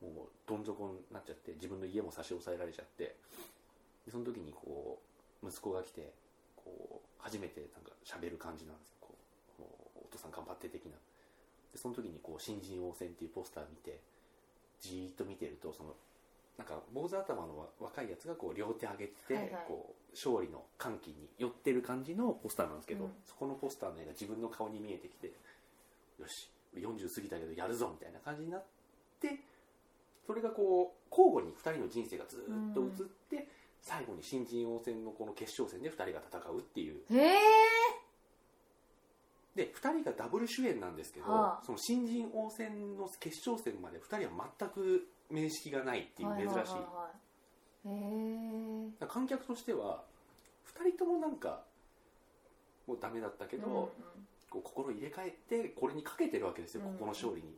Speaker 2: もうどん底になっちゃって自分の家も差し押さえられちゃってでその時にこう息子が来てこう初めてなんか喋る感じなんですよこうもうお父さん頑張って的なでその時にこう新人王戦っていうポスター見てじーっと見てるとそのなんか坊主頭の若いやつがこう両手上げて、
Speaker 1: はいはい
Speaker 2: こう勝利の歓喜に寄ってる感じのポスターなんですけど、
Speaker 1: うん
Speaker 2: そこのポスターの絵が自分の顔に見えてきてよし俺40過ぎたけどやるぞみたいな感じになってそれがこう交互に2人の人生がずっと映って、最後に新人王戦のこの決勝戦で2人が戦うっていう
Speaker 1: へえ
Speaker 2: で2人がダブル主演なんですけど、
Speaker 1: はあ
Speaker 2: その新人王戦の決勝戦まで2人は全く面識がないっていう珍しい,、
Speaker 1: へえ
Speaker 2: 観客としては2人ともなんかもうダメだったけど、こう心入れ替えてこれにかけてるわけですよ、
Speaker 1: うん
Speaker 2: ここの勝利に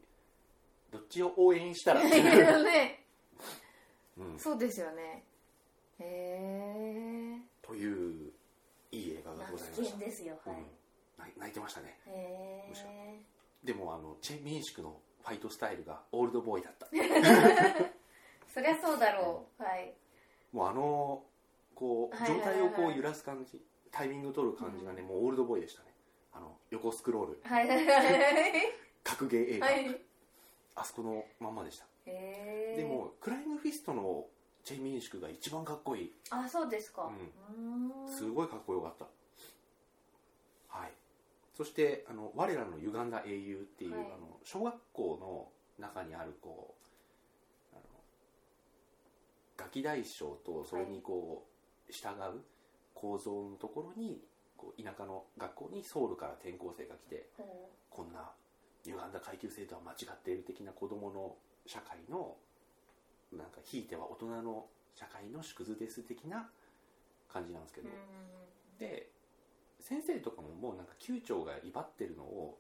Speaker 2: どっちを応援したらって
Speaker 1: い
Speaker 2: いう、
Speaker 1: やね
Speaker 2: うん、
Speaker 1: そうですよねへえ
Speaker 2: といういい映画がございま
Speaker 3: 危
Speaker 2: した、
Speaker 3: 険ですよ
Speaker 2: う
Speaker 3: はい、
Speaker 2: ん、泣い泣いてましたね
Speaker 3: へ
Speaker 2: むし
Speaker 3: え
Speaker 2: でもあのチェ・ミンシクのファイトスタイルがオールドボーイだった
Speaker 3: そりゃそうだろう、はい
Speaker 2: もうあのこう
Speaker 3: はい
Speaker 2: 状
Speaker 3: はいはい
Speaker 2: 態をこう揺らす感じタイミング取る感じがね、もうオールドボーイでしたねあの横スクロール
Speaker 3: はいはいはい
Speaker 2: 格ゲー映画、
Speaker 3: はい
Speaker 2: あそこのまんまでした、
Speaker 3: へえ
Speaker 2: でもクライムフィストのチェ・ミンシクが一番かっこいい
Speaker 3: あそうですか
Speaker 2: う
Speaker 3: うんーん
Speaker 2: すごいかっこよかった、はいそしてあの「我らの歪んだ英雄」っていう、
Speaker 3: はい
Speaker 2: あの小学校の中にあるこうあのガキ大将とそれにこう従う構造のところにこう田舎の学校にソウルから転校生が来て
Speaker 3: ほ
Speaker 2: こんな歪んだ階級制度は間違っている的な子どもの社会のなんかひいては大人の社会の縮図です的な感じなんですけ
Speaker 3: うう
Speaker 2: ど、
Speaker 3: ん
Speaker 2: で先生とかももうなんか球長が威張ってるのを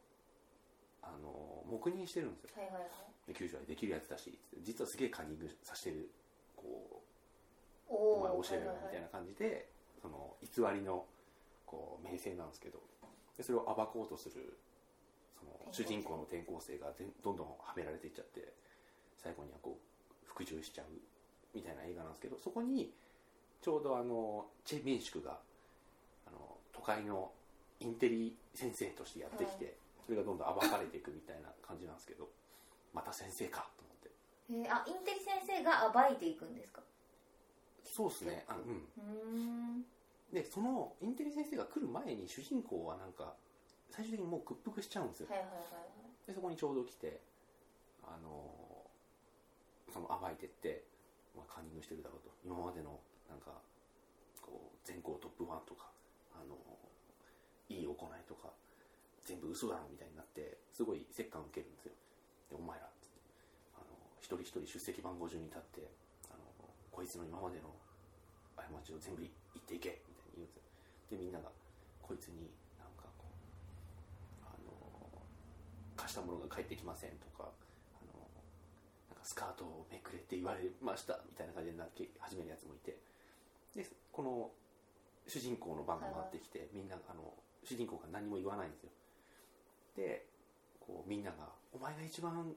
Speaker 2: あの黙認してるんですよ
Speaker 3: はいはいはい
Speaker 2: で球長はできるやつだしつって実はすげえカンニングさせてるこ
Speaker 3: おお
Speaker 2: うお前教えるよみた
Speaker 3: な
Speaker 2: いな感じでその偽りのこう名声なんですけどでそれを暴こうとするその主
Speaker 3: 転校生
Speaker 2: 人公の転校生がぜんどんどんはめられていっちゃって最後にはこう服従しちゃうみたいな映画なんですけどそこにちょうどあのチェ・ミンシクがあの都会のインテリ先生としてやってきて、それがどんどん暴かれていくみたいな感じなんですけどまた先生かと思って
Speaker 3: へえあインテリ先生が暴いていくんですか
Speaker 2: そうですねあの、うん、
Speaker 3: うーん
Speaker 2: でそのインテリ先生が来る前に主人公はなんか最終的にもう屈服しちゃうんですよ、
Speaker 3: はいはいはい
Speaker 2: でそこにちょうど来てあのーその暴いてって、まあ、カンニングしてるだろうと今までのなんかこう全校トップ1とか、あのーいい行いとか全部嘘だろみたいになってすごい折感を受けるんですよでお前らっつってあのー一人一人出席番号順に立って、あのーこいつの今までの過ちを全部言っていけみたいに言うんですよでみんながこいつになんかこうあのー貸したものが返ってきませんとかあのなんかスカートをめくれって言われましたみたいな感じになって始めるやつもいてでこの主人公の番が回ってきてみんなあの主人公が何も言わないんですよでこうみんなが「お前が一番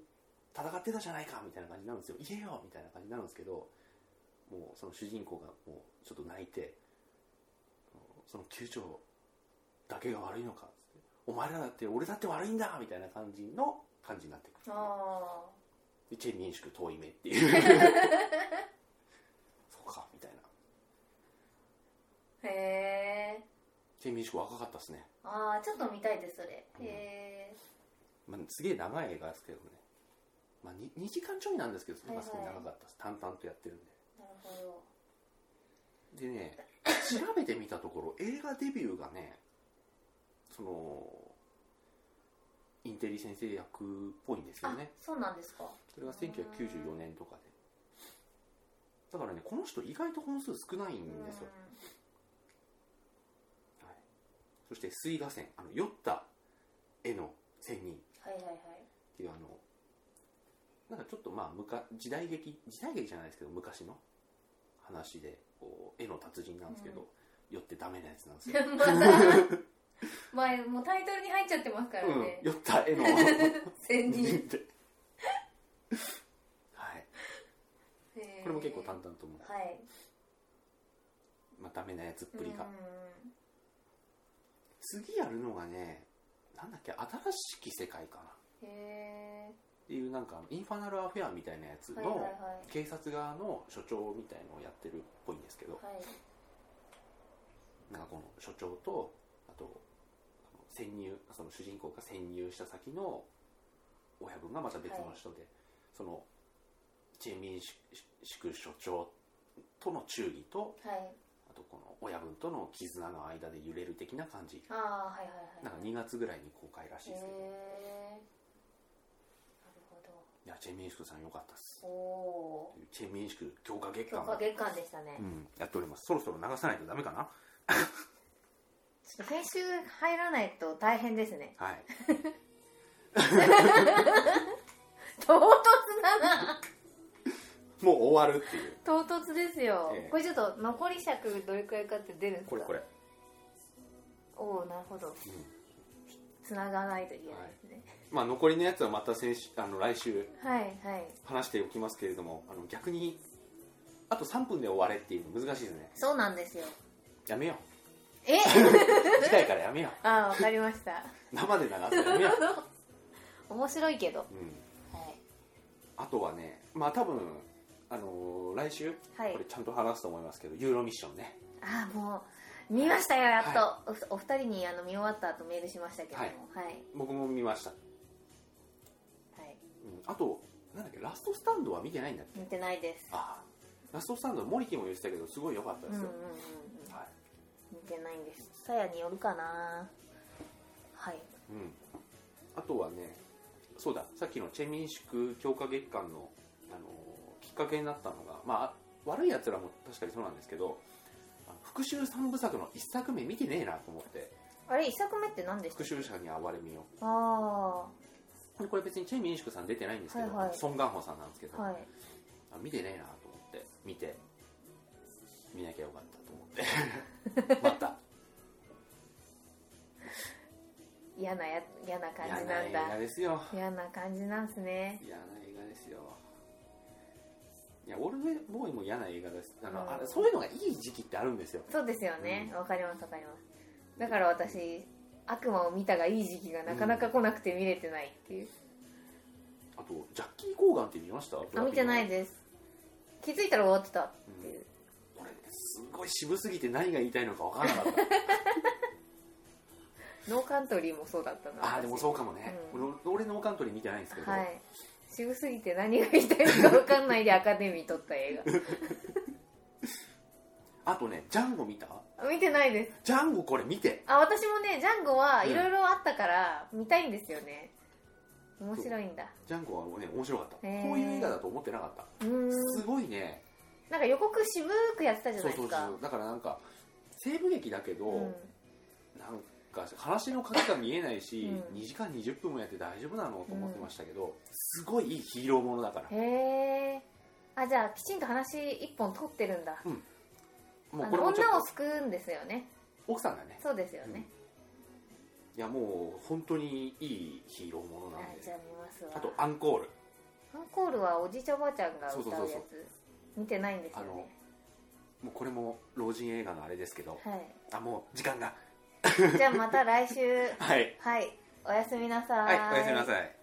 Speaker 2: 戦ってたじゃないか」みたいな感じになるんですよ「言えよ」みたいな感じになるんですけどもうその主人公がもうちょっと泣いて「その球長だけが悪いのか」ってお前らだって俺だって悪いんだみたいな感じの感じになってくる
Speaker 3: あ
Speaker 2: でチェ・ミンシク遠い目っていうそうかみたいな
Speaker 3: あへえ
Speaker 2: チェ・ミンシク若かったですね、
Speaker 3: ああちょっと見たいですそれ
Speaker 2: うん
Speaker 3: へえ
Speaker 2: まあ、すげえ長い映画ですけどね、まあ、2, 時間ちょいなんですけどそれがすごい
Speaker 3: はいはい
Speaker 2: 長かったです、淡々とやってるん
Speaker 3: なるほど
Speaker 2: ででね調べてみたところ映画デビューがねそのインテリ先生役っぽいんですよ
Speaker 3: あ
Speaker 2: ね
Speaker 3: そうなんですか
Speaker 2: それが1994年とかでだからねこの人意外と本数少ない
Speaker 3: うん
Speaker 2: ですよ、はい、そして水画線あの酔った絵の仙人っ
Speaker 3: はいはいはい
Speaker 2: ていうあのなんかちょっとまあむか時代劇時代劇じゃないですけど昔の話でこう絵の達人なんですけど、
Speaker 3: うん
Speaker 2: 酔ってダメなやつなんですよ、
Speaker 3: また前 もうタイトルに入っちゃってますから
Speaker 2: うん
Speaker 3: ね、
Speaker 2: 酔った絵の
Speaker 3: 先人
Speaker 2: はい
Speaker 3: へー
Speaker 2: これも結構淡々ともう、
Speaker 3: はい
Speaker 2: まあ、ダメなやつっぷりが、
Speaker 3: うん
Speaker 2: 次やるのがねなんだっけ新しき世界かなっ
Speaker 3: へ
Speaker 2: ていうなんかインファナルアフェアみたいなやつ
Speaker 3: え
Speaker 2: の、
Speaker 3: はいはいはい
Speaker 2: 警察側の所長みたいのをやってるっぽいんですけど、
Speaker 3: はい
Speaker 2: なんかこの所長とあとあの潜入その主人公が潜入した先の親分がまた別の人で、そのチェンビン宿所長との忠義と
Speaker 3: はい
Speaker 2: あとこの親分との絆の間で揺れる的な感じ
Speaker 3: ああはいはい
Speaker 2: な
Speaker 3: は
Speaker 2: んか
Speaker 3: い
Speaker 2: 2月ぐらいに公開らしい
Speaker 3: へ
Speaker 2: ですけど、
Speaker 3: えなるほ
Speaker 2: いやチェンミンシクさん良かったっす
Speaker 3: どおお
Speaker 2: チェンミンシク強化月
Speaker 3: 強
Speaker 2: 間
Speaker 3: 化月間でしたね、
Speaker 2: うん、やっておりますそろそろ流さないとダメかな
Speaker 1: ちょっと編集入らないと大変で すね
Speaker 2: はい
Speaker 1: 唐突だな
Speaker 2: もう終わるっていう
Speaker 1: 唐突ですよ、
Speaker 2: ええ
Speaker 1: これちょっと残り尺どれくらいかって出るんですか
Speaker 2: これこれ、
Speaker 1: おおなるほど
Speaker 2: うん、
Speaker 1: つながないといけないですね、
Speaker 2: まあ残りのやつはまた先週あの来週
Speaker 1: はい、はい
Speaker 2: 話しておきますけれどもあの逆にあと3分で終われっていうの難しいですね
Speaker 1: そうなんですよ
Speaker 2: やめよ
Speaker 1: え
Speaker 2: う次回からやめよう
Speaker 1: ああわかりました
Speaker 2: 生で流すのやめよう、
Speaker 1: 面白いけど
Speaker 2: うん、
Speaker 1: はい
Speaker 2: あとはねまあ多分あのー来週、
Speaker 1: はい
Speaker 2: これちゃんと話すと思いますけどユーロミッションね
Speaker 1: ああもう見ましたよやっと、おお二人にあの見終わった後メールしましたけどもはい、はい
Speaker 2: 僕も見ました、うん、あとなんだっけラストスタンドは見てないんだっけ
Speaker 1: 見てないです
Speaker 2: ああラストスタンドモリキも言ってたけどすごい良かった
Speaker 1: うん
Speaker 2: で
Speaker 1: うん
Speaker 2: す
Speaker 1: うん
Speaker 2: よ
Speaker 1: うん、
Speaker 2: はい
Speaker 1: 見てないんですさやによるかなはい
Speaker 2: うん、あとはねそうださっきのチェ・ミンシク強化月間の、あのーきっかけになったのが、まあ、悪いやつらも確かにそうなんですけどあの復讐三部作の一作目見てねえなと思って
Speaker 1: あれ一作目って何でした
Speaker 2: 復
Speaker 1: っけ
Speaker 2: 讐者に哀れみを
Speaker 1: あ
Speaker 2: これこれ別にチェ・ミンシクさん出てないんですけど、
Speaker 1: はいはい
Speaker 2: ソン・ガンホさんなんですけ
Speaker 1: あ
Speaker 2: ど、
Speaker 1: はい
Speaker 2: あ見てねえなと思って見て見なきゃよかった と思ってまた
Speaker 1: 嫌なや嫌な感じな
Speaker 2: 嫌
Speaker 1: ん
Speaker 2: な映画
Speaker 1: だ
Speaker 2: ですよ
Speaker 1: 嫌な感じなんすね
Speaker 2: 嫌な映画ですよいやオールウェイボーイも嫌な映画ですあの、
Speaker 1: うん
Speaker 2: あれそういうのがいい時期ってあるんですよ
Speaker 1: そうですよねわ、かりますわかりますだから私悪魔を見たがいい時期がなかなか来なくて見れてないっていう、
Speaker 2: あとジャッキー・コーガンって見ました
Speaker 1: あ見てない
Speaker 2: で、
Speaker 1: です気づいたら終わってたっていう、
Speaker 2: うん、俺すごい渋すぎて何が言いたいのか分からなかっ
Speaker 1: ノーカントリーもそうだったな
Speaker 2: たああでもそうかもね、
Speaker 1: うん
Speaker 2: 俺俺ノーカントリー見てないんですけど、
Speaker 1: はい渋すぎて何が言いたいのか分かんないでアカデミー撮った映
Speaker 2: あとねジャンゴ見た
Speaker 1: 画見てないです
Speaker 2: ジャンゴこれ見て
Speaker 1: あ私もねジャンゴは
Speaker 2: うん
Speaker 1: いろいろあったから見たいんですよね面白いんだ
Speaker 2: ジャンゴはね面白かったこう
Speaker 1: へー
Speaker 2: いう映画だと思ってなかった
Speaker 1: うーん
Speaker 2: すごいね
Speaker 1: なんか予告渋くやってたじゃ
Speaker 2: そう
Speaker 1: ないで
Speaker 2: そう
Speaker 1: すか
Speaker 2: そうだからなんか西部劇だけど、
Speaker 1: うん
Speaker 2: なんか話の数が見えないし、
Speaker 1: うん
Speaker 2: 2時間20分もやって大丈夫なのと思ってましたけど、すごいいいヒーローものだから
Speaker 1: へえあじゃあきちんと話一本取ってるんだ
Speaker 2: も
Speaker 1: あ
Speaker 2: うこれ
Speaker 1: の
Speaker 2: もちょっ
Speaker 1: 女を
Speaker 2: と
Speaker 1: 救うんですよね
Speaker 2: 奥さんがね
Speaker 1: そうですよね、
Speaker 2: いやもう本当にいいヒーローもの
Speaker 1: あ
Speaker 2: なん
Speaker 1: じ
Speaker 2: で
Speaker 1: ゃあ見ますわ
Speaker 2: あとアンコール
Speaker 1: アンコールはおじいちゃんおばあちゃんが歌うやつ
Speaker 2: そうそうそう
Speaker 1: 見てないんですよ
Speaker 2: あの
Speaker 1: ね
Speaker 2: もうこれも老人映画のあれですけど
Speaker 1: はい
Speaker 2: あもう時間が
Speaker 1: じゃあまた来週
Speaker 2: はい
Speaker 1: はいおやすみなさ
Speaker 2: はいおやすみなさい